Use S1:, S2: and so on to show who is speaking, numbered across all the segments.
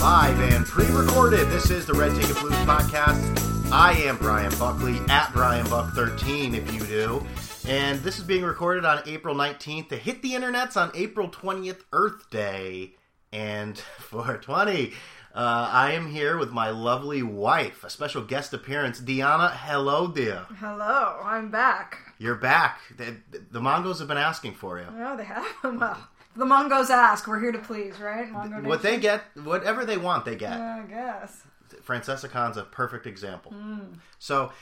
S1: live and pre-recorded. This is the Red Ticket Blues podcast. I am Brian Buckley at Brian Buck 13 if you do. And this is being recorded on April 19th. It hit the internets on April 20th, Earth Day and 420. Uh, I am here with my lovely wife, a special guest appearance, Diana. Hello, dear.
S2: Hello, I'm back.
S1: You're back. The, the Mongols have been asking for you.
S2: Oh, they have. Well, the Mongos ask. We're here to please, right? Mongo
S1: What
S2: Nation?
S1: they get, whatever they want, they get.
S2: Yeah, I guess.
S1: Francesca Khan's a perfect example.
S2: Mm.
S1: So,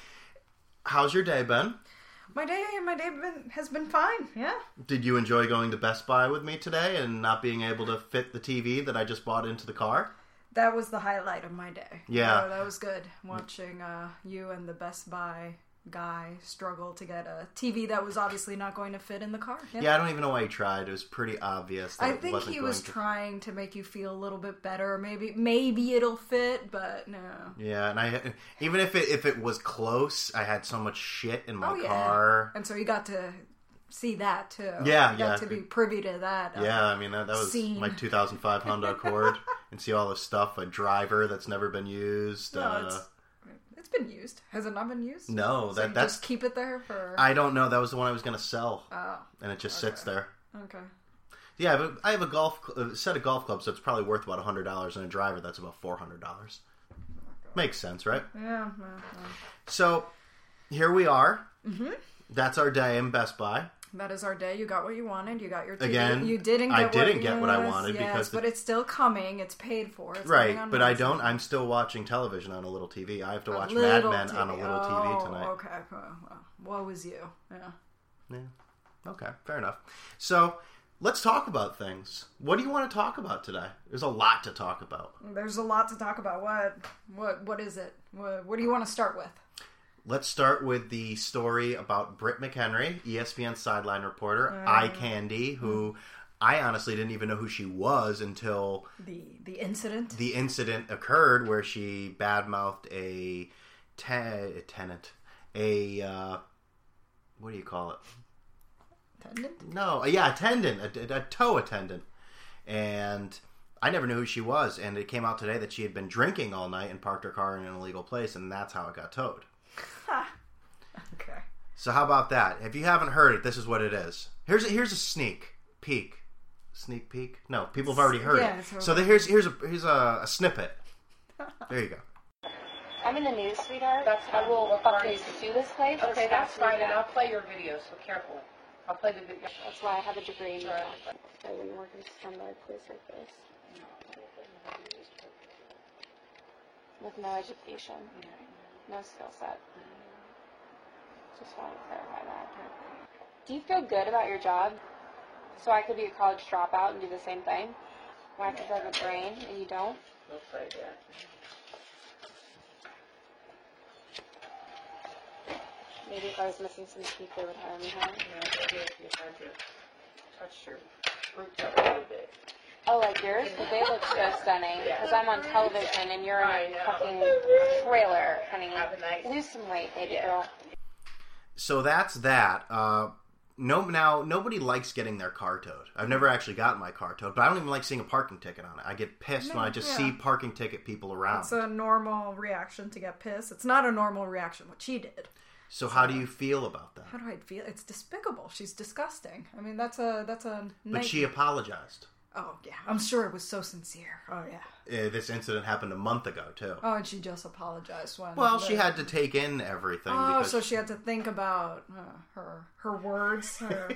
S1: how's your day been?
S2: My day, my day been, has been fine. Yeah.
S1: Did you enjoy going to Best Buy with me today and not being able to fit the TV that I just bought into the car?
S2: That was the highlight of my day.
S1: Yeah.
S2: So that was good. Watching uh, you and the Best Buy guy struggle to get a TV that was obviously not going to fit in the car.
S1: Yeah, I don't even know why he tried. It was pretty obvious. That
S2: I
S1: it
S2: think
S1: wasn't
S2: he was
S1: going to-
S2: trying to make you feel a little bit better. Maybe maybe it'll fit, but no.
S1: Yeah, and I even if it if it was close, I had so much shit in my
S2: Oh, yeah.
S1: car.
S2: And so you got to see that too.
S1: Yeah,
S2: You got
S1: yeah.
S2: to be privy to that. uh,
S1: Yeah, I mean that, that was
S2: Scene.
S1: my 2005 Honda Accord, and see all this stuff. A driver that's never been used.
S2: No,
S1: uh,
S2: it's- It's been used. Has it not been used?
S1: no
S2: So
S1: that
S2: you
S1: that's
S2: just keep it there for.
S1: I don't know. That was the one I was gonna sell,
S2: oh,
S1: and it just sits there.
S2: okay.
S1: Yeah, but I have a golf cl- a set of golf clubs that's probably worth about hundred dollars, and a driver that's about four hundred dollars. Makes sense, right?
S2: Yeah. well, well.
S1: So here we are. Mm-hmm. That's our day in Best Buy.
S2: That is our day. You got what you wanted. You got your TV.
S1: Again,
S2: You didn't. Get
S1: I
S2: what,
S1: didn't get what I
S2: yes,
S1: wanted
S2: yes,
S1: because the-
S2: but it's still coming. It's paid for. It's coming
S1: Right,
S2: on
S1: but I
S2: Wednesday.
S1: don't. I'm still watching television on a little TV. I have to watch Mad
S2: Little
S1: Men on a little TV
S2: Oh,
S1: tonight.
S2: Okay. Well, well, woe is you. Yeah.
S1: Yeah. Okay, fair enough. So let's talk about things. What do you want to talk about today? There's a lot to talk about.
S2: There's a lot to talk about. What? What? What is it? What, what do you want to start with?
S1: Let's start with the story about Britt McHenry, E ESPN sideline reporter, eye candy, who I honestly didn't even know who she was until
S2: The the incident.
S1: the incident occurred where she badmouthed a, te- a tenant, a uh, what do you call it?
S2: Attendant.
S1: No, yeah, attendant, a, a tow attendant, and I never knew who she was. And it came out today that she had been drinking all night and parked her car in an illegal place, and that's how it got towed.
S2: Okay.
S1: So how about that? If you haven't heard it, this is what it is. Here's a, here's a sneak peek, sneak peek. No, people have already heard
S2: Yeah,
S1: it.
S2: so-
S1: So, the, here's here's a here's a, a snippet. There you go.
S3: I'm in the news, sweetheart.
S4: That's
S3: I will
S4: fine.
S3: fucking sue this place.
S4: Okay, that's fine, and I'll
S3: enough.
S4: play your video, so careful. I'll play the video.
S3: That's why I have a degree in
S4: Right.
S3: law. I wouldn't work in some other place like this. With no education, no skill set. Just want to clarify that. Do you feel good about your job? So I could be a college dropout and do the same thing? Why? Because I have a brain and you don't?
S4: Looks like that.
S3: Maybe if I was missing some teeth, they would hire me, huh?
S4: Yeah, if you had to touch your root tip a little bit.
S3: Oh, like yours? Well, they look so stunning. Because I'm on television and you're
S4: I
S3: in
S4: know.
S3: a fucking trailer, honey.
S4: Have a nice-
S3: Lose some weight, baby
S4: Yeah.
S3: girl.
S1: So that's that. Uh, no, now nobody likes getting their car towed. I've never actually gotten my car towed, but I don't even like seeing a parking ticket on it. I get pissed when I just
S2: yeah.
S1: see parking ticket people around.
S2: It's a normal reaction to get pissed. It's not a normal reaction what she did.
S1: so how do you feel about that?
S2: How do I feel? It's despicable. She's disgusting. I mean, that's a that's a.
S1: But
S2: night-
S1: she apologized.
S2: Oh yeah, I'm sure it was so sincere. Oh yeah.
S1: Uh, this incident happened a month ago too.
S2: Oh, and she just apologized when.
S1: Well, she
S2: the-
S1: had to take in everything.
S2: Oh,
S1: because
S2: so she had to think about uh, her her words, her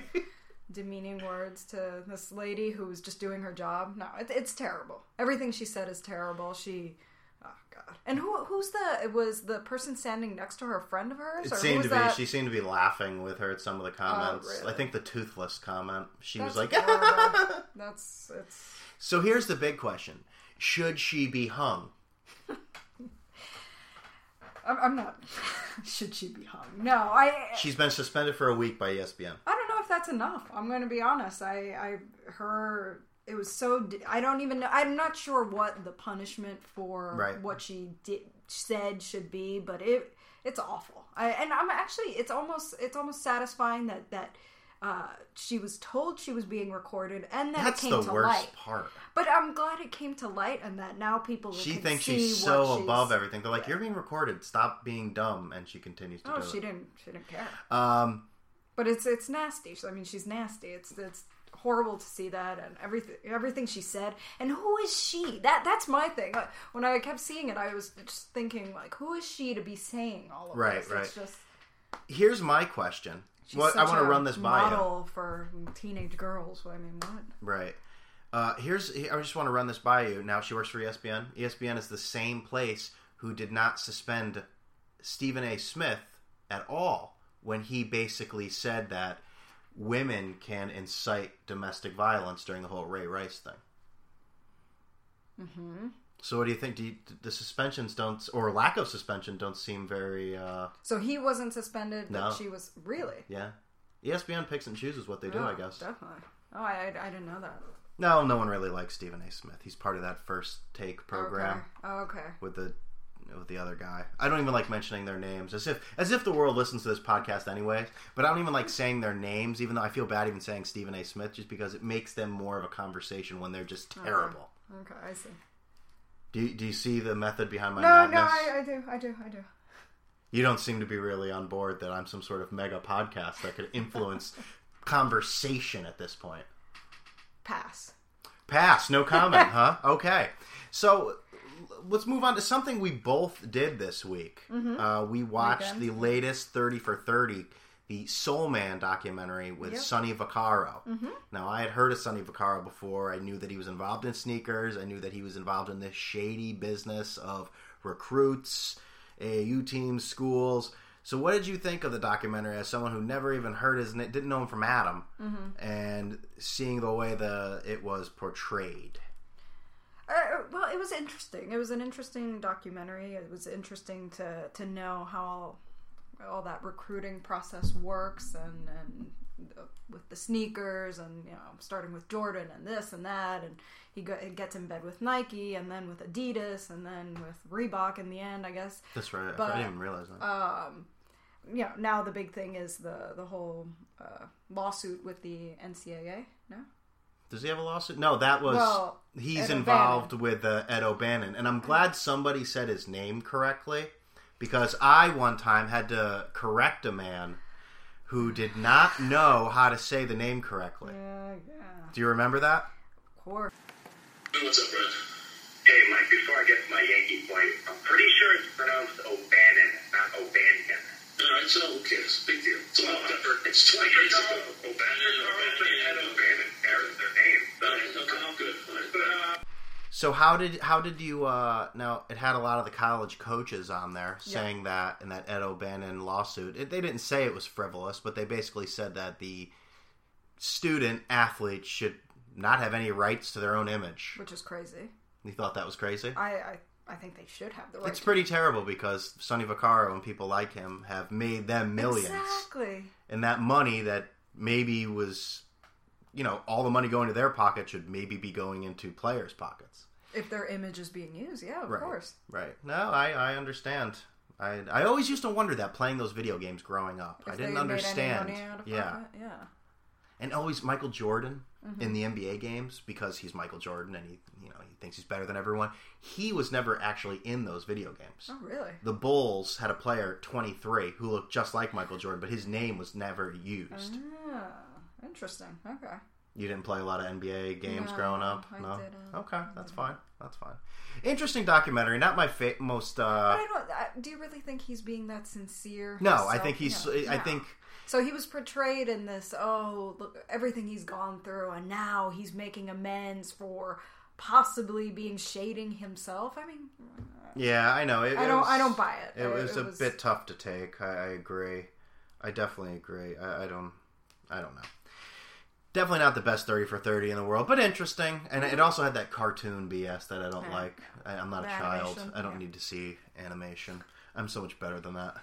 S2: demeaning words to this lady who was just doing her job. No, it, it's terrible. Everything she said is terrible. She. Oh God! And who? Who's the? It was the person standing next to her, a friend of hers.
S1: It
S2: or who
S1: seemed
S2: was
S1: to be.
S2: that? Oh,
S1: She seemed to be laughing with her at some of the comments.
S2: really?
S1: I think the toothless comment. She was
S2: That's
S1: like,
S2: horrible. "That's it's."
S1: "So here's the big question: Should she be hung?"
S2: I'm, I'm not. Should she be hung? No, I.
S1: She's been suspended for a week by E ESPN.
S2: I don't know if that's enough. I'm going to be honest. I, I, her. It was so. d- I don't even know. I'm not sure what the punishment for
S1: Right.
S2: what she did said should be, but it it's awful. I, and I'm actually. It's almost. It's almost satisfying that that uh, she was told she was being recorded, and then
S1: That's
S2: it came
S1: the
S2: to
S1: worst
S2: light.
S1: part.
S2: But I'm glad it came to light, and that now people
S1: She
S2: can
S1: thinks
S2: see
S1: she's
S2: what
S1: so
S2: she's-
S1: above everything. They're like, "You're being recorded. Stop being dumb." And she continues to
S2: Oh,
S1: do
S2: she
S1: it.
S2: didn't. She didn't care.
S1: Um,
S2: But it's it's nasty. So, I mean, she's nasty. It's it's horrible to see that and everything everything she said. And who is she? That that's my thing. Like, when I kept seeing it, I was just thinking like, who is she to be saying all of
S1: Right,
S2: this?
S1: right.
S2: It's just
S1: here's my question.
S2: she's
S1: Well, I
S2: such
S1: want to
S2: a
S1: run this by you.
S2: model for teenage girls. I mean, what?
S1: Right. Uh, here's. I just want to run this by you. Now she works for E ESPN. ESPN is the same place who did not suspend Stephen A. Smith at all when he basically said that women can incite domestic violence during the whole Ray Rice thing.
S2: hmm
S1: So what do you think? Do you, the suspensions don't, or lack of suspension, don't seem very? Uh,
S2: So he wasn't suspended, but
S1: No.
S2: she was really.
S1: yeah, E ESPN picks and chooses what they do.
S2: Oh,
S1: I guess.
S2: definitely. Oh, I, I, I didn't know that.
S1: No, no one really likes Stephen A. Smith. He's part of that first take program.
S2: Okay. Oh, okay.
S1: with the with the other guy. I don't even like mentioning their names, as if as if the world listens to this podcast anyway. But I don't even like saying their names, even though I feel bad even saying Stephen A. Smith, just because it makes them more of a conversation when they're just terrible.
S2: Okay, I see.
S1: Do you, do you see the method behind my
S2: No, no,
S1: madness?
S2: I, I do, I do, I do.
S1: You don't seem to be really on board that I'm some sort of mega podcast that could influence conversation at this point.
S2: Pass.
S1: Pass, no comment, huh? Okay. So l- let's move on to something we both did this week.
S2: Mm-hmm.
S1: Uh, we watched
S2: Weekend.
S1: the latest 30 for 30, the Soul Man documentary with
S2: Yep. Mm-hmm.
S1: Sonny Vaccaro. Now, I had heard of Sonny Vaccaro before. I knew that he was involved in sneakers, I knew that he was involved in this shady business of recruits, AAU teams, schools. So, what did you think of the documentary as someone who never even heard his name, didn't know him from Adam?
S2: Mm-hmm.
S1: and seeing the way the it was portrayed.
S2: Uh, well, it was interesting. It was an interesting documentary. It was interesting to to know how all that recruiting process works, and and uh, with the sneakers, and you know, starting with Jordan and this and that, and he go, he gets in bed with Nike, and then with Adidas, and then with Reebok. In the end, I guess
S1: That's right.
S2: But,
S1: I didn't even realize that.
S2: um, you know, now the big thing is the the whole uh, lawsuit with the NCAA. No,
S1: Does he have a lawsuit? No, that was
S2: well,
S1: he's
S2: Ed
S1: involved with uh, Ed O'Bannon, and I'm glad somebody said his name correctly because I one time had to correct a man who did not know how to say the name correctly.
S2: yeah, yeah,
S1: Do you remember that?
S2: of course.
S5: What's up, Brent? Hey, Mike, before I get to my Yankee point, I'm pretty sure it's pronounced O'Bannon, not O'Bannon. All right, so who cares? Big deal. It's all different. It's 20 years ago. O'Bannon, O'Bannon, and O'Bannon. There's their name. All right, okay, I'm good. All right. But, uh,
S1: So how did how did you uh now it had a lot of the college coaches on there saying that in that Ed O'Bannon lawsuit. It, they didn't say it was frivolous, but they basically said that the student athletes should not have any rights to their own image.
S2: which is crazy.
S1: You thought that was crazy?
S2: I I, I think they should have the right.
S1: It's pretty terrible because Sonny Vaccaro and people like him have made them millions.
S2: Exactly.
S1: And that money that maybe was you know, all the money going to their pocket should maybe be going into players' pockets.
S2: If their image is being used, yeah, of
S1: Right.
S2: course.
S1: Right. No, I, I understand. I, I always used to wonder that playing those video games growing up.
S2: If
S1: I
S2: they
S1: didn't
S2: made any
S1: understand.
S2: money out of
S1: yeah.
S2: pocket, yeah.
S1: And always Michael Jordan
S2: Mm-hmm.
S1: in the NBA games because he's Michael Jordan and he you know, he thinks he's better than everyone. He was never actually in those video games.
S2: Oh, really?
S1: The Bulls had a player 23 who looked just like Michael Jordan, but his name was never used.
S2: Ah, interesting. Okay.
S1: You didn't play a lot of NBA games
S2: No,
S1: growing up,
S2: I
S1: no?
S2: didn't.
S1: Okay, that's fine. That's fine. Interesting documentary, not my fa- most uh
S2: But I don't. I, do you really think he's being that sincere?
S1: No, I
S2: himself?
S1: think he's.
S2: No,
S1: I
S2: no.
S1: think
S2: so. He was portrayed in this. Oh, look, everything he's gone through, and now he's making amends for possibly being shading himself. I mean,
S1: Yeah, I know. It,
S2: I
S1: it
S2: don't.
S1: was-
S2: I don't buy it.
S1: It, was a bit tough to take. I, I agree. I definitely agree. I, I don't. I don't know. Definitely not the best thirty for thirty in the world, but interesting. And it also had that cartoon BS that I don't
S2: Yeah.
S1: like. I, I'm not a
S2: The
S1: child.
S2: animation,
S1: I don't
S2: yeah.
S1: need to see animation. I'm so much better than that.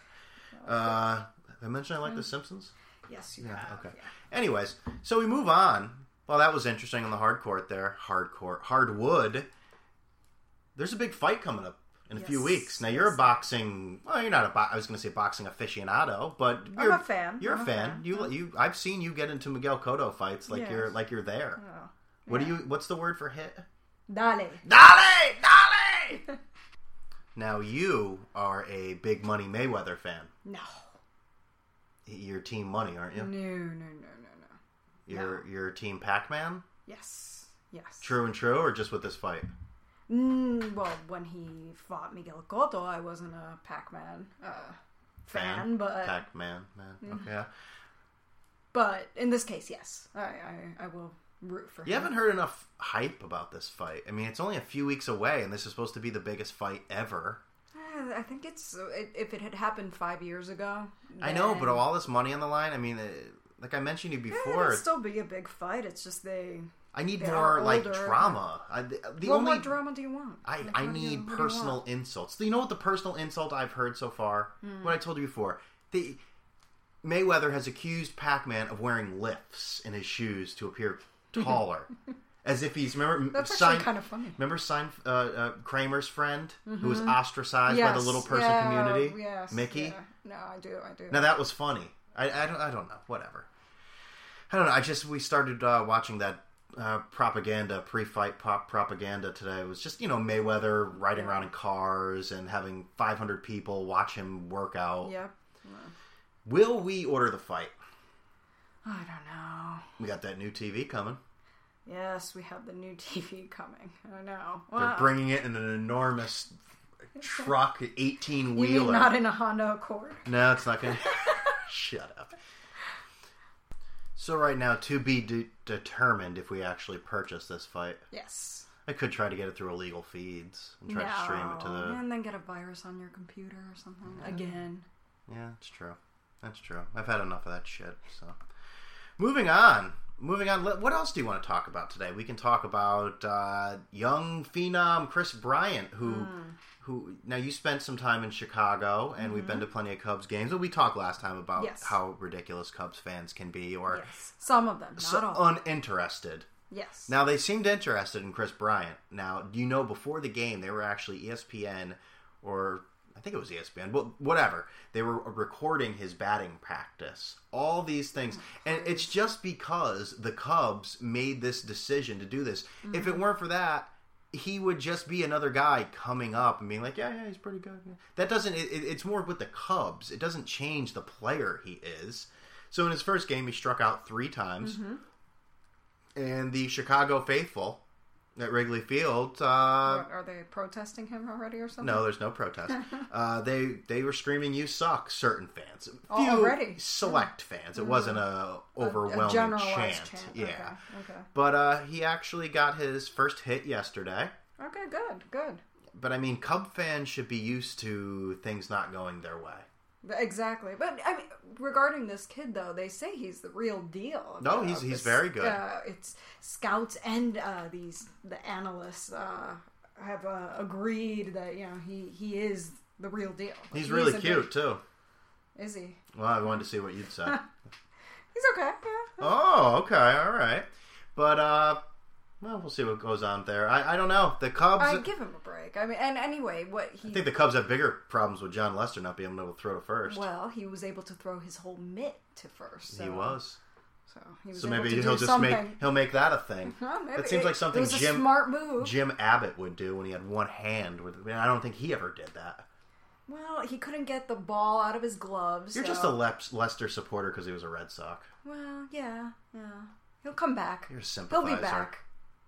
S1: Uh, have I mentioned I like The
S2: Mm.
S1: Simpsons?
S2: Yes. You
S1: Yeah.
S2: have,
S1: Okay.
S2: yeah.
S1: Anyways, so we move on. Well, that was interesting on the hard court there. Hard court, hardwood. There's a big fight coming up in a
S2: Yes.
S1: few weeks. Now you're a boxing. Well, you're not a. Bo- I was going to say boxing aficionado, but
S2: I'm
S1: you're
S2: a fan.
S1: You're
S2: I'm
S1: a
S2: a
S1: fan.
S2: fan.
S1: You you. I've seen you get into Miguel Cotto fights like
S2: Yes.
S1: you're like you're there.
S2: Oh.
S1: What do
S2: Yeah.
S1: you? What's the word for hit?
S2: Dale.
S1: Dolly, Dolly. now you are a big money Mayweather fan.
S2: No.
S1: You're team money, aren't you?
S2: No, no, no, no, no.
S1: You're you're team Pac-Man.
S2: Yes. Yes.
S1: True and true, or just with this fight?
S2: Mm, well, when he fought Miguel Cotto, I wasn't a Pac-Man uh, fan, but
S1: Pac-Man, man. Okay. yeah.
S2: but in this case, yes, I I, I will root for
S1: You
S2: him.
S1: haven't heard enough hype about this fight. I mean, it's only a few weeks away, and this is supposed to be the biggest fight ever.
S2: Uh, I think it's it, if it had happened five years ago.
S1: I know,
S2: then-
S1: but all this money on the line. I mean, it, like I mentioned to you
S2: Yeah,
S1: before,
S2: it'd still be a big fight. It's just they.
S1: I need
S2: they're
S1: more like
S2: older.
S1: drama. I, the the
S2: Well,
S1: only
S2: what drama do you want?
S1: I,
S2: Like,
S1: I
S2: what do you-
S1: need
S2: what do you
S1: personal
S2: want?
S1: insults. You know what the personal insult I've heard so far?
S2: Hmm.
S1: What I told you before. The Mayweather has accused Pac-Man of wearing lifts in his shoes to appear taller, as if he's remember
S2: That's
S1: Sein-
S2: actually kind of funny.
S1: remember Sein, uh, uh, Kramer's friend who was ostracized by the
S2: Mm-hmm. Yes,
S1: little person
S2: yeah,
S1: community,
S2: Yes,
S1: Mickey.
S2: yeah. No, I do. I do.
S1: Now that was funny. I, I don't I don't know. Whatever. I don't know. I just we started uh, watching that uh, propaganda pre-fight pop propaganda today. It was just you know Mayweather riding around in cars and having 500 people watch him work out.
S2: Yep.
S1: Will we order the fight?
S2: I don't know.
S1: We got that new TV coming.
S2: Yes, we have the new TV coming. I know.
S1: They're
S2: Wow.
S1: bringing it in an enormous truck, 18
S2: you mean
S1: wheeler.
S2: not in a Honda Accord?
S1: No, it's not gonna. Shut up. So right now, to be de- determined if we actually purchase this fight.
S2: Yes.
S1: I could try to get it through illegal feeds and try to stream it to
S2: No.
S1: the.
S2: and then get a virus on your computer or something again.
S1: Yeah, that's true. That's true. I've had enough of that shit. So, moving on. Moving on. Let- What else do you want to talk about today? We can talk about uh, young phenom Chris Bryant, who,
S2: Hmm.
S1: who. Now you spent some time in Chicago, and we've been to plenty of Cubs games. But we talked last time about
S2: Mm-hmm. Yes.
S1: how ridiculous Cubs fans can be, or
S2: Yes, some of them, not
S1: so
S2: all.
S1: uninterested.
S2: yes.
S1: Now they seemed interested in Chris Bryant. Now you know before the game they were actually E ESPN or I think it was E ESPN, but whatever. They were recording his batting practice. All these things. And it's just because the Cubs made this decision to do this. If it weren't for that, he would just be another guy coming up and being like, yeah, yeah, he's pretty good. yeah." That doesn't, it, it- it's more with the Cubs. It doesn't change the player he is. So in his first game, he struck out three times and the Chicago faithful at Wrigley Field. Uh,
S2: What, are they protesting him already or something?
S1: no, there's no protest. uh, they they were screaming "You suck!" Certain fans, few
S2: Oh, already?
S1: select fans. It wasn't Mm. a overwhelming chant. Yeah,
S2: Okay.
S1: but uh, he actually got his first hit yesterday.
S2: Okay. Okay. Good. Good.
S1: But I mean, Cub fans should be used to things not going their way.
S2: Exactly. But I mean, regarding this kid, though, they say he's the real deal.
S1: No, he's- he's
S2: it's,
S1: very good.
S2: Uh, it's scouts and uh, these the analysts uh, have uh, agreed that you know he he is the real deal.
S1: He's really
S2: a
S1: cute
S2: big-
S1: too.
S2: is he?
S1: Well, I wanted to see what you'd say.
S2: He's okay. Yeah.
S1: Oh, okay, all right. But uh well, we'll see what goes on there. I, I don't know. The Cubs.
S2: I
S1: I,
S2: give him a break. I mean, and anyway, what he
S1: think the Cubs have bigger problems with John Lester not being able to throw to first.
S2: well, he was able to throw his whole mitt to first. So,
S1: he was.
S2: So he was
S1: So
S2: able
S1: maybe
S2: to
S1: he'll
S2: do
S1: just
S2: something.
S1: make he'll make that a thing.
S2: Huh, maybe
S1: That seems
S2: it-
S1: like something
S2: it was
S1: Jim
S2: a smart move.
S1: Jim Abbott would do when he had one hand. With, I, mean, I don't think he ever did that.
S2: Well, he couldn't get the ball out of his gloves.
S1: You're
S2: so-
S1: just a Leps, Lester supporter because he was a Red Sox.
S2: Well, yeah, yeah. He'll come back.
S1: You're a
S2: He'll
S1: sympathizer.
S2: be back.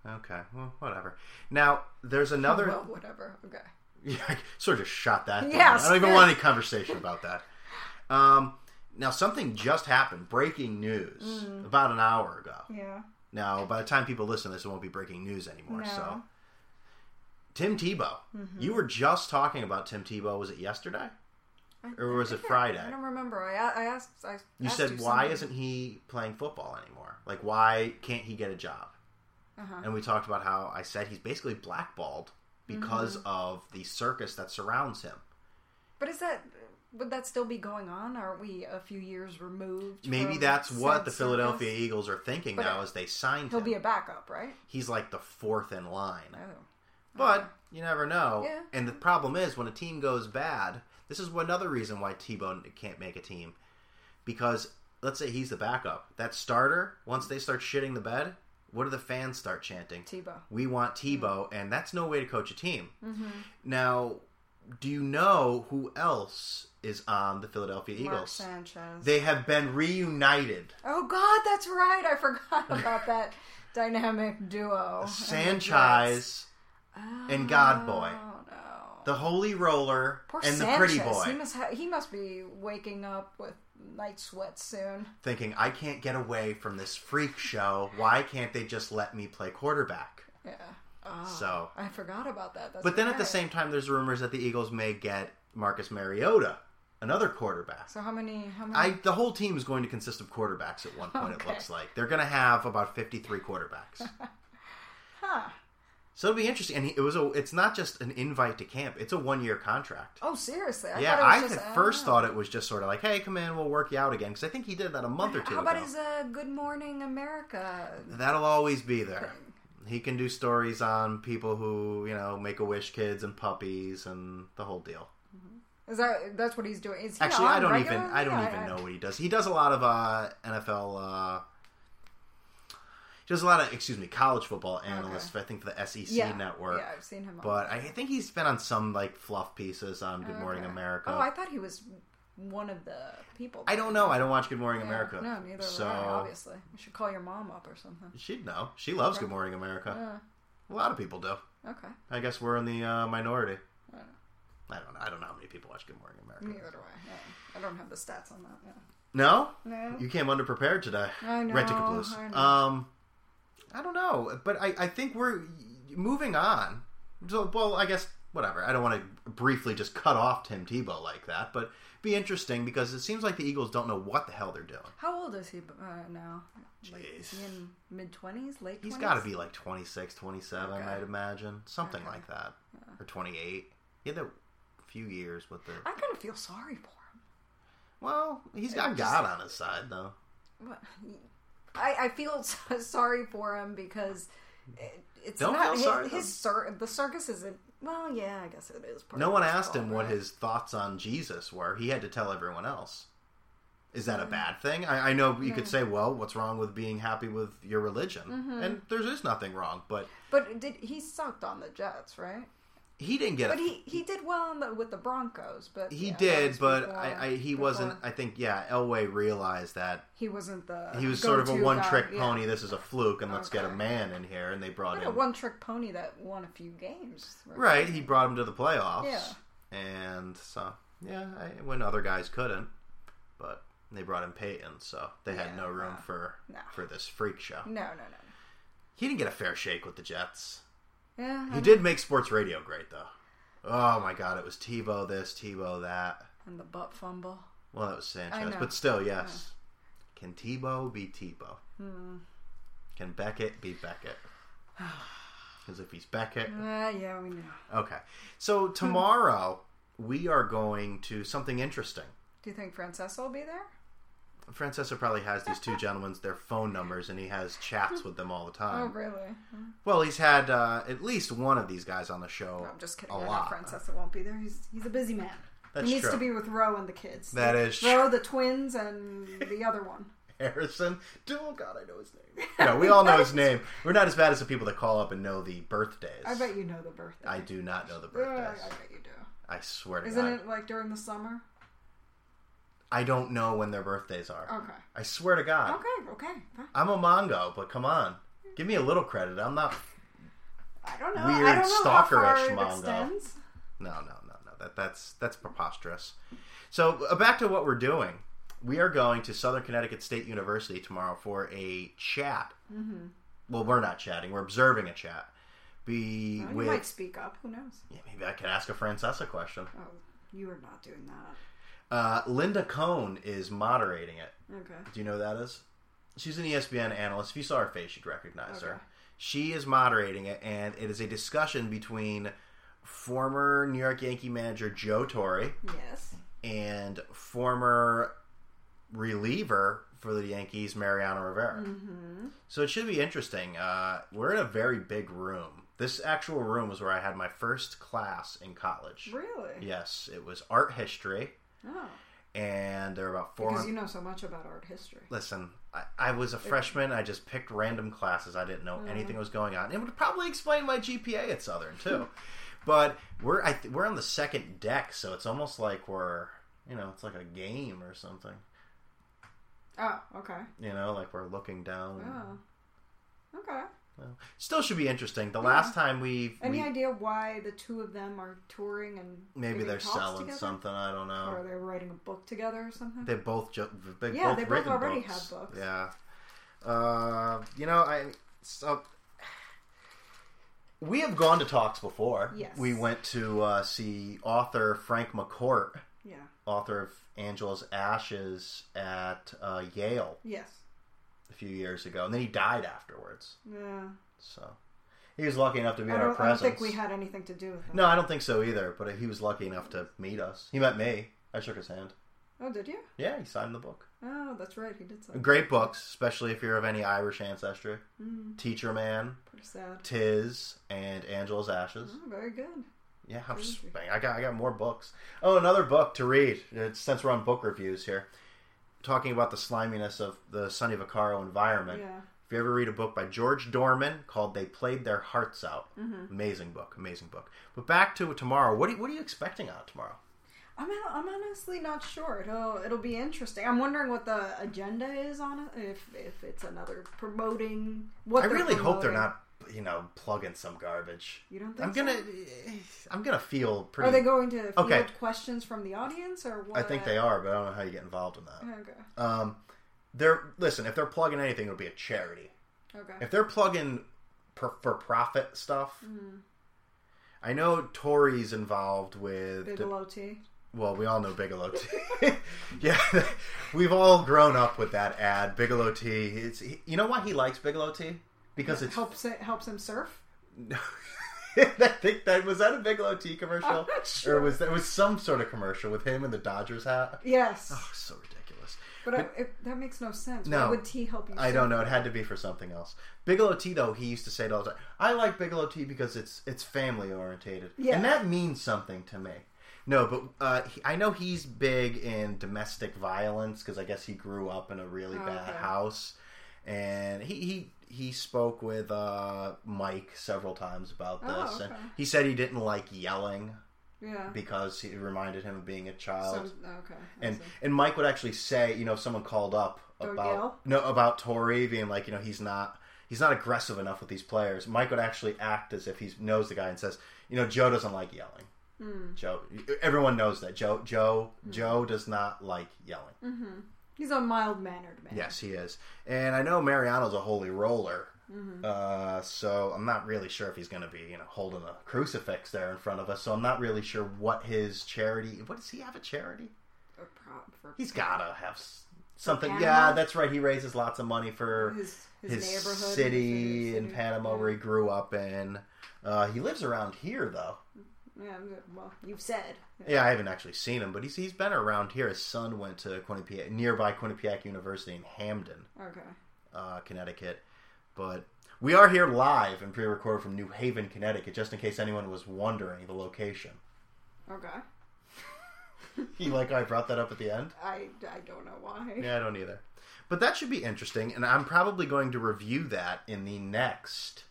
S1: Okay, well, whatever. Now there's another.
S2: Well, whatever. Okay.
S1: Yeah, I sort of shot that. down.
S2: Yes.
S1: I don't even want any conversation about that. Um, now, something just happened. Breaking news
S2: Mm.
S1: about an hour ago.
S2: Yeah.
S1: Now, by the time people listen to this, it won't be breaking news anymore. So,
S2: No.
S1: Tim
S2: Mm-hmm.
S1: Tebow. You were just talking about Tim Tebow. Was it yesterday?
S2: I-
S1: Or
S2: I
S1: was it
S2: think I-
S1: Friday?
S2: I don't remember. I, a- I asked. I
S1: You
S2: asked
S1: said, why
S2: something."
S1: isn't he playing football anymore? Like, why can't he get a job?
S2: Uh-huh.
S1: And we talked about how I said he's basically blackballed because
S2: Mm-hmm.
S1: of the circus that surrounds him.
S2: But is that? Would that still be going on? Aren't we a few years removed?
S1: Maybe
S2: from
S1: that's what
S2: said
S1: the Philadelphia
S2: circus?
S1: Eagles are thinking
S2: But
S1: now as they signed
S2: He'll
S1: him.
S2: be a backup, right?
S1: He's like the fourth in line.
S2: Oh.
S1: But you never know.
S2: Yeah.
S1: And the problem is when a team goes bad, this is another reason why T Bone can't make a team. Because let's say he's the backup. That starter, once they start shitting the bed, what do the fans start chanting?
S2: Tebow.
S1: We want
S2: Mm-hmm.
S1: Tebow, and that's no way to coach a team. Now, do you know who else is on the Philadelphia
S2: Mark
S1: Eagles?
S2: Sanchez.
S1: They have been reunited.
S2: oh God, that's right. I forgot about that dynamic duo. and the Jets.
S1: Sanchez, and Godboy.
S2: Oh no.
S1: the Holy Roller,
S2: Poor
S1: and the
S2: Sanchez.
S1: Pretty Boy.
S2: He must ha- he must be waking up with night sweats soon.
S1: thinking, I can't get away from this freak show. Why can't they just let me play quarterback?
S2: Yeah. Oh,
S1: So-
S2: I forgot about that. That's
S1: But then at the
S2: right.
S1: same time, there's rumors that the Eagles may get Marcus Mariota, another quarterback.
S2: So how many? How many?
S1: I the whole team is going to consist of quarterbacks at one point. It
S2: Okay.
S1: looks like they're going to have about 53 quarterbacks.
S2: huh.
S1: so it'll be interesting. And he, it was a. It's not just an invite to camp. It's a one year contract.
S2: Oh seriously? I
S1: yeah,
S2: thought it was
S1: I
S2: just,
S1: at first
S2: uh,
S1: thought it was just sort of like, hey, come in, we'll work you out again. Because I think he did that a month or two
S2: How about
S1: ago.
S2: his uh, Good Morning America?
S1: That'll always be there. He can do stories on people who, you know, make a wish kids and puppies and the whole deal.
S2: Is that that's what he's doing? Is he
S1: Actually,
S2: on
S1: I don't even
S2: regularly?
S1: I don't even know what he does. He does a lot of uh, NFL uh, he does a lot of excuse me, college football analysts. I think for the SEC
S2: Yeah,
S1: network.
S2: Yeah, I've seen him. on-
S1: But I think he's been on some like fluff pieces on Good Morning
S2: Okay.
S1: America.
S2: Oh, I thought he was one of the people.
S1: I don't know. I don't watch Good Morning
S2: Yeah,
S1: America.
S2: No, neither
S1: so
S2: would I. Obviously, you should call your mom up or something.
S1: she'd know. She loves Good Morning America.
S2: Uh,
S1: A lot of people do.
S2: okay,
S1: I guess we're in the uh, minority.
S2: I don't
S1: I don't know.
S2: know.
S1: I don't know how many people watch Good Morning America.
S2: neither do I. Yeah. I don't have the stats on that. Yeah.
S1: No,
S2: No.
S1: you came underprepared today.
S2: I know,
S1: Red ticket blues.
S2: I know.
S1: Um, I don't know, but I, I think we're moving on. So, well, I guess whatever. I don't want to briefly just cut off Tim Tebow like that, but be interesting because it seems like the Eagles don't know what the hell they're doing.
S2: How old is he uh, now? Like, is he
S1: Jeez.
S2: in mid twenties, late?
S1: He's
S2: 20s?
S1: got to be like 26, 27,
S2: Okay.
S1: I'd imagine, something
S2: Okay.
S1: like that, or twenty eight. He had a few years with the.
S2: I kind of feel sorry for him.
S1: Well, he's got
S2: just-
S1: God on his side though.
S2: But he- I, I feel so sorry for him because it, it's
S1: Don't
S2: not
S1: feel
S2: his,
S1: sorry,
S2: his cir- the circus isn't. Well, yeah, I guess it is. Part
S1: No
S2: of
S1: one
S2: his
S1: asked
S2: fault,
S1: him what
S2: right?
S1: his thoughts on Jesus were. He had to tell everyone else. Is that a
S2: Mm-hmm.
S1: bad thing? I, I know you could say, well, what's wrong with being happy with your religion?
S2: Mm-hmm.
S1: And there is nothing wrong, but
S2: But did he sucked on the Jets, right?
S1: he didn't get
S2: But
S1: a
S2: he he did well on the, with the Broncos, but
S1: he
S2: yeah, that was
S1: did, but
S2: before-
S1: I, I, he
S2: before
S1: wasn't. I think, yeah, Elway realized that
S2: He wasn't the.
S1: he was sort of a
S2: go-to
S1: one
S2: guy,
S1: trick
S2: yeah.
S1: pony. This is a fluke, and let's get a
S2: Okay.
S1: man in here. And they brought
S2: Not
S1: in
S2: a one trick pony that won a few games.
S1: right. He brought him to the playoffs,
S2: Yeah.
S1: and so yeah, I, when other guys couldn't, but they brought in Peyton, so they had
S2: Yeah,
S1: no room
S2: no.
S1: for
S2: No.
S1: for this freak show.
S2: No, no, no.
S1: He didn't get a fair shake with the Jets.
S2: Yeah.
S1: He
S2: I know.
S1: did make sports radio great, though. Oh my God, it was Tebow this, Tebow that.
S2: And the butt fumble.
S1: Well, that was Sanchez,
S2: know.
S1: but still, yes. Can Tebow be Tebow?
S2: Hmm.
S1: Can Beckett be Beckett? Because if he's Beckett,
S2: Uh, yeah, we know.
S1: okay. So tomorrow we are going to something interesting.
S2: Do you think Francesca will be there?
S1: Francesca probably has these two gentlemen, their phone numbers, and he has chats with them all the
S2: Oh,
S1: time.
S2: really?
S1: Well, he's had uh, at least one of these guys on the show.
S2: I'm just kidding.
S1: A
S2: I know
S1: lot.
S2: Francesca won't be there. He's he's a busy man.
S1: That's
S2: he needs
S1: true.
S2: to be with Roe and the kids.
S1: That
S2: The-
S1: is
S2: Roe, the twins, and the other one.
S1: Harrison. Oh God, I know his name. No, we all know his name. We're not as bad as the people that call up and know the birthdays.
S2: I bet you know the birthday.
S1: I do not know the
S2: Uh, I
S1: birthdays.
S2: bet you do.
S1: I swear to
S2: Isn't
S1: God,
S2: it like during the summer?
S1: I don't know when their birthdays are.
S2: Okay.
S1: I swear to God,
S2: Oh. Okay, okay. fine.
S1: I'm a Mongo, but come on, give me a little credit. I'm not.
S2: I don't know.
S1: Weird
S2: I don't know how far
S1: stalkerish
S2: it
S1: mongo.
S2: extends.
S1: No, no, no, no. That that's that's preposterous. So uh, back to what we're doing. We are going to Southern Connecticut State University tomorrow for a chat. Mm-hmm. Well, we're not chatting. We're observing a chat. Be
S2: Well, Oh, You
S1: with
S2: might speak up. Who knows?
S1: Yeah, maybe I could ask a Francesa question.
S2: Oh, you are not doing that.
S1: Uh, Linda Cohn is moderating it.
S2: Okay.
S1: Do you know who that is? She's an E ESPN analyst. If you saw her face, you'd recognize her.
S2: Okay.
S1: She is moderating it, and it is a discussion between former New York Yankee manager Joe Torre
S2: Yes.
S1: and former reliever for the
S2: Mm. Mm-hmm.
S1: Yankees Mariano Rivera. So it should be interesting. Uh, we're in a very big room. This actual room was where I had my first class in college.
S2: Really?
S1: Yes, it was art history,
S2: Oh.
S1: and there were about four.
S2: Because you know so much about art history.
S1: Listen, I, I was a freshman. I just picked random classes. I didn't know
S2: Mm.
S1: anything was going on. It would probably explain my GPA at Southern too. but we're I th- we're on the second deck, so it's almost like we're you know it's like a game or something.
S2: Oh, okay.
S1: You know, like we're looking down.
S2: Oh. Okay.
S1: Still should be interesting. The last time we've
S2: Any
S1: we-
S2: idea why the two of them are touring and
S1: maybe
S2: giving
S1: they're
S2: talks
S1: selling
S2: together?
S1: something. I don't know.
S2: Or they're writing a book together or something?
S1: They both ju- they
S2: Yeah,
S1: both
S2: they both
S1: written
S2: already
S1: books.
S2: had books.
S1: Yeah. Uh, you know, I so we have gone to talks before.
S2: Yes.
S1: We went to uh, see author Frank McCourt,
S2: yeah.
S1: author of Angela's Ashes, at uh, Yale
S2: Yes.
S1: a few years ago, and then he died afterwards.
S2: Yeah.
S1: So he was lucky enough to be
S2: Uh, I
S1: in our
S2: don't, I don't
S1: presence.
S2: think we had anything to do with that.
S1: no, I don't think so either. But he was lucky enough to meet us. He met me. I shook his hand.
S2: Oh, did you?
S1: Yeah, he signed the book.
S2: Oh, that's right. He did something.
S1: Great books, especially if you're of any Irish ancestry. Teacher Man,
S2: Hmm, Pretty sad.
S1: Tis, and Angela's Ashes.
S2: Oh, very good.
S1: Yeah, I'm just, I got I got more books. Oh, another book to read. It's, since we're on book reviews here, talking about the sliminess of the Sonny Vaccaro environment.
S2: Yeah.
S1: If you ever read a book by George Dorman called "They Played Their Hearts Out," amazing book, amazing book. But back to tomorrow. What are, what are you expecting on tomorrow?
S2: I'm, hon- I'm honestly not sure. It'll it'll be interesting. I'm wondering what the agenda is on it. If if it's another promoting what
S1: I
S2: they're
S1: really hope they're
S2: promoting.
S1: not, you know, plugging some garbage.
S2: You don't think
S1: I'm gonna,
S2: so?
S1: I'm gonna feel pretty.
S2: Are they going to field
S1: Okay.
S2: questions from the audience or what?
S1: I think they are, but I don't know how you get involved in that.
S2: Okay.
S1: Um, they're listen. If they're plugging anything, it'll be a charity.
S2: Okay.
S1: If they're plugging per, for profit stuff,
S2: Mm-hmm.
S1: I know Tory's involved with.
S2: Bigelow T.
S1: Well, we all know Bigelow Tea. yeah, we've all grown up with that ad, Bigelow Tea. It's you know why he likes Bigelow Tea because it's
S2: helps it helps him surf.
S1: I think that was that a Bigelow Tea commercial,
S2: I'm not
S1: or
S2: sure.
S1: was that was some sort of commercial with him in the Dodgers hat?
S2: Yes,
S1: Oh, so ridiculous.
S2: but, I, it, that makes no sense.
S1: No.
S2: Why would T help you?
S1: I
S2: surf?
S1: don't know. It had to be for something else. Bigelow Tea, though, he used to say it all the time. I like Bigelow Tea because it's it's family orientated,
S2: Yeah.
S1: and that means something to me. No, but uh, he, I know he's big in domestic violence because I guess he grew up in a really
S2: Oh,
S1: bad
S2: okay.
S1: house, and he he he spoke with uh, Mike several times about
S2: Oh,
S1: this, and
S2: okay.
S1: he said he didn't like yelling
S2: Yeah.
S1: because it reminded him of being a child
S2: Some, okay. I
S1: and
S2: see.
S1: and Mike would actually say, you know, if someone called up
S2: Don't
S1: about
S2: yell?
S1: no about Tori being like, you know, he's not he's not aggressive enough with these players. Mike would actually act as if he knows the guy and says, you know, Joe doesn't like yelling.
S2: Hmm.
S1: Joe, everyone knows that Joe Joe Joe does not like yelling.
S2: he's a mild mannered man.
S1: Yes, he is, and I know Mariano's a holy roller. Uh, so I'm not really sure if he's going to be, you know, holding a crucifix there in front of us. So I'm not really sure what his charity. What does he have a charity?
S2: For prop- for
S1: He's gotta have s- something.
S2: Panama?
S1: Yeah, that's right. He raises lots of money for his,
S2: his his, neighborhood, and
S1: city
S2: his- his
S1: in Panama where he grew up in. Uh, he lives around here though.
S2: Yeah, I'm good. well, you've said.
S1: Yeah, I haven't actually seen him, but he's he's been around here. His son went to Quinnipiac, nearby Quinnipiac University in Hamden,
S2: Okay.
S1: uh, Connecticut. But we are here live and pre-recorded from New Haven, Connecticut, just in case anyone was wondering the location.
S2: Okay.
S1: You like how I brought that up at the end?
S2: I, I don't know why.
S1: Yeah, I don't either. But that should be interesting, and I'm probably going to review that in the next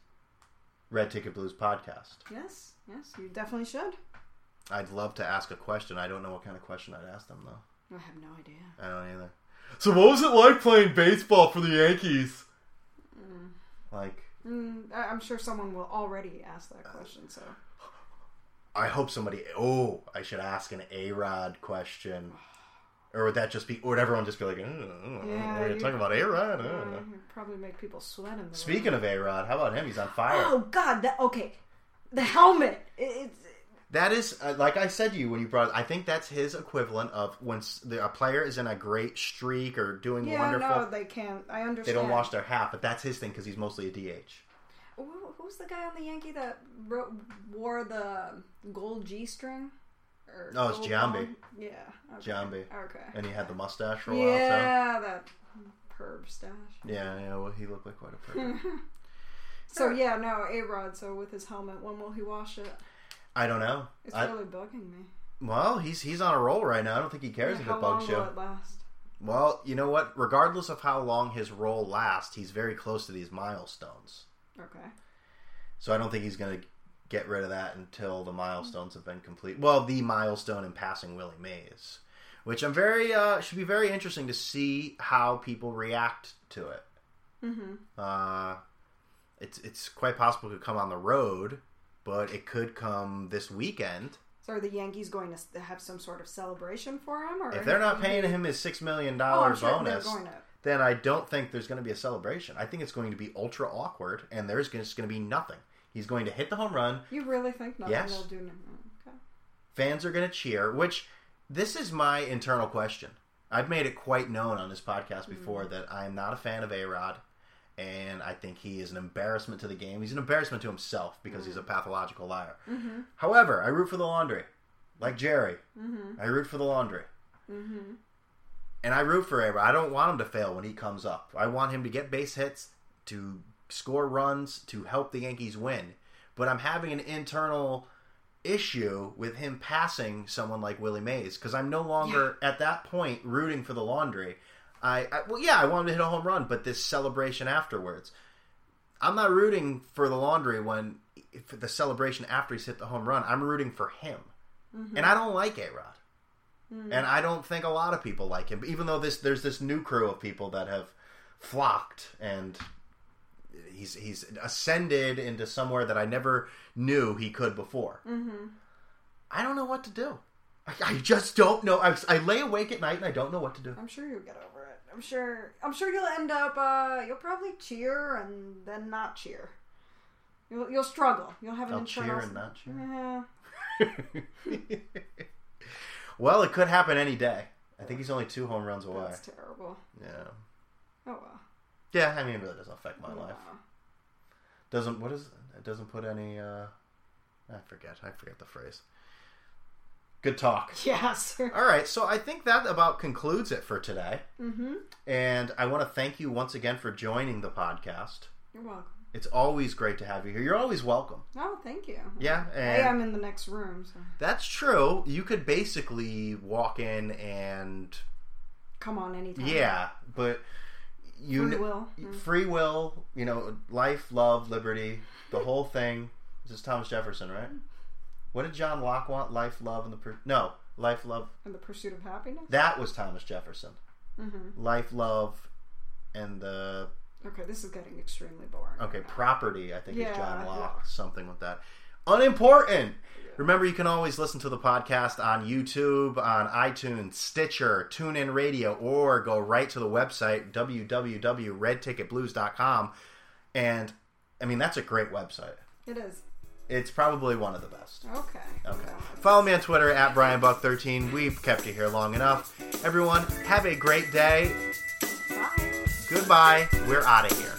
S1: Red Ticket Blues podcast.
S2: Yes, yes, you definitely should.
S1: I'd love to ask a question. I don't know what kind of question I'd ask them, though.
S2: I have no idea.
S1: I don't either. So, what was it like playing baseball for the Yankees? Like,
S2: Mm, I- I'm sure someone will already ask
S1: Uh,
S2: that question, so.
S1: I hope somebody. Oh, I should ask an A Rod question. Or would that just be. Or would everyone just be like, oh,
S2: Yeah,
S1: are you
S2: you-
S1: talking about A Rod?
S2: Uh, you'd probably make people sweat in the room.
S1: Speaking of A Rod, how about him? He's on fire.
S2: Oh, God, that, okay. The helmet. It, it's,
S1: That is, uh, like I said to you when you brought. I think that's his equivalent of when s- the, a player is in a great streak or doing
S2: yeah,
S1: wonderful.
S2: no, they can't. I understand.
S1: they don't wash their hat, but that's his thing because he's mostly a DH.
S2: Who, who's the guy on the Yankee that wrote, wore the gold G string? Or
S1: Oh, it's
S2: gold
S1: Giambi.
S2: ball? Yeah. Okay.
S1: Giambi.
S2: Okay.
S1: And he had the mustache for a while.
S2: Yeah, that perv stash.
S1: So. Yeah, yeah. Well, he looked like quite a person.
S2: So yeah, no, A Rod. So with his helmet, when will he wash it?
S1: I don't know.
S2: It's
S1: I,
S2: really bugging me.
S1: well, he's he's on a roll right now. I don't think he cares
S2: Yeah,
S1: if it
S2: how long
S1: bugs you.
S2: will it last?
S1: Well, you know what? Regardless of how long his roll lasts, he's very close to these milestones.
S2: Okay.
S1: So I don't think he's going to get rid of that until the milestones have been complete. Well, the milestone in passing Willie Mays, which I'm very uh, should be very interesting to see how people react to it.
S2: Mm-hmm.
S1: Uh, it's it's quite possible it could come on the road, but it could come this weekend.
S2: So are the Yankees going to s- have some sort of celebration for him? Or
S1: If they're not paying him his six million dollar
S2: Oh, sure they're
S1: bonus,
S2: going to.
S1: then I don't think there's going to be a celebration. I think it's going to be ultra awkward, and there's just going to be nothing. He's going to hit the home run.
S2: You really think nothing
S1: Yes.
S2: will do? No. Okay.
S1: Fans are going to cheer. Which this is my internal question. I've made it quite known on this podcast before
S2: Mm-hmm.
S1: that I am not a fan of A Rod, and I think he is an embarrassment to the game. He's an embarrassment to himself because he's a pathological liar.
S2: Mm-hmm.
S1: However, I root for the laundry, like Jerry.
S2: Mm-hmm.
S1: I root for the laundry.
S2: Mm-hmm.
S1: and I root for Abra. I don't want him to fail when he comes up. I want him to get base hits, to score runs, to help the Yankees win. But I'm having an internal issue with him passing someone like Willie Mays because I'm no longer at that point rooting for the laundry. I, I well, yeah, I want him to hit a home run, but this celebration afterwards, I'm not rooting for the laundry when for the celebration after he's hit the home run. I'm rooting for him,
S2: Mm-hmm.
S1: and I don't like A Rod and I don't think a lot of people like him. Even though this there's this new crew of people that have flocked and he's he's ascended into somewhere that I never knew he could before.
S2: Mm-hmm.
S1: I don't know what to do. I, I just don't know. I, I lay awake at night and I don't know what to do.
S2: I'm sure you'll get over it. I'm sure. I'm sure you'll end up. Uh, you'll probably cheer and then not cheer. You'll, you'll struggle. You'll have an
S1: I'll
S2: internal.
S1: cheer and not cheer.
S2: Yeah.
S1: well, it could happen any day. I think he's only two home runs away.
S2: That's terrible.
S1: Yeah.
S2: Oh well.
S1: Yeah, I mean, it really doesn't affect my
S2: No.
S1: life. Doesn't what is it doesn't put any uh I forget. I forget the phrase. Good talk.
S2: Yes.
S1: All right, so I think that about concludes it for today.
S2: mm-hmm.
S1: And I want to thank you once again for joining the podcast.
S2: You're welcome.
S1: It's always great to have you here. You're always welcome.
S2: Oh, thank you.
S1: Yeah,
S2: Hey,
S1: and
S2: I'm in the next room. So
S1: that's true. You could basically walk in and
S2: come on anytime.
S1: yeah, but you
S2: Free
S1: kn-
S2: will. Mm.
S1: free will, you know, life, love, liberty, the whole thing. This is Thomas Jefferson, right? What did John Locke want? Life, love, and the pur- no life, love.
S2: And the pursuit of happiness.
S1: That was Thomas Jefferson.
S2: Mm-hmm.
S1: Life, love, and the
S2: Okay, this is getting extremely boring.
S1: okay property. I think
S2: Yeah,
S1: is John Locke,
S2: yeah.
S1: something with that. Unimportant. Remember, you can always listen to the podcast on YouTube, on iTunes, Stitcher, TuneIn Radio, or go right to the website, www.redticketblues.com. And, I mean, that's a great website.
S2: It is.
S1: It's probably one of the best.
S2: Okay.
S1: Okay. Follow me on Twitter at BrianBuck13. We've kept you here long enough. Everyone, have a great day.
S2: Bye.
S1: Goodbye. We're out of here.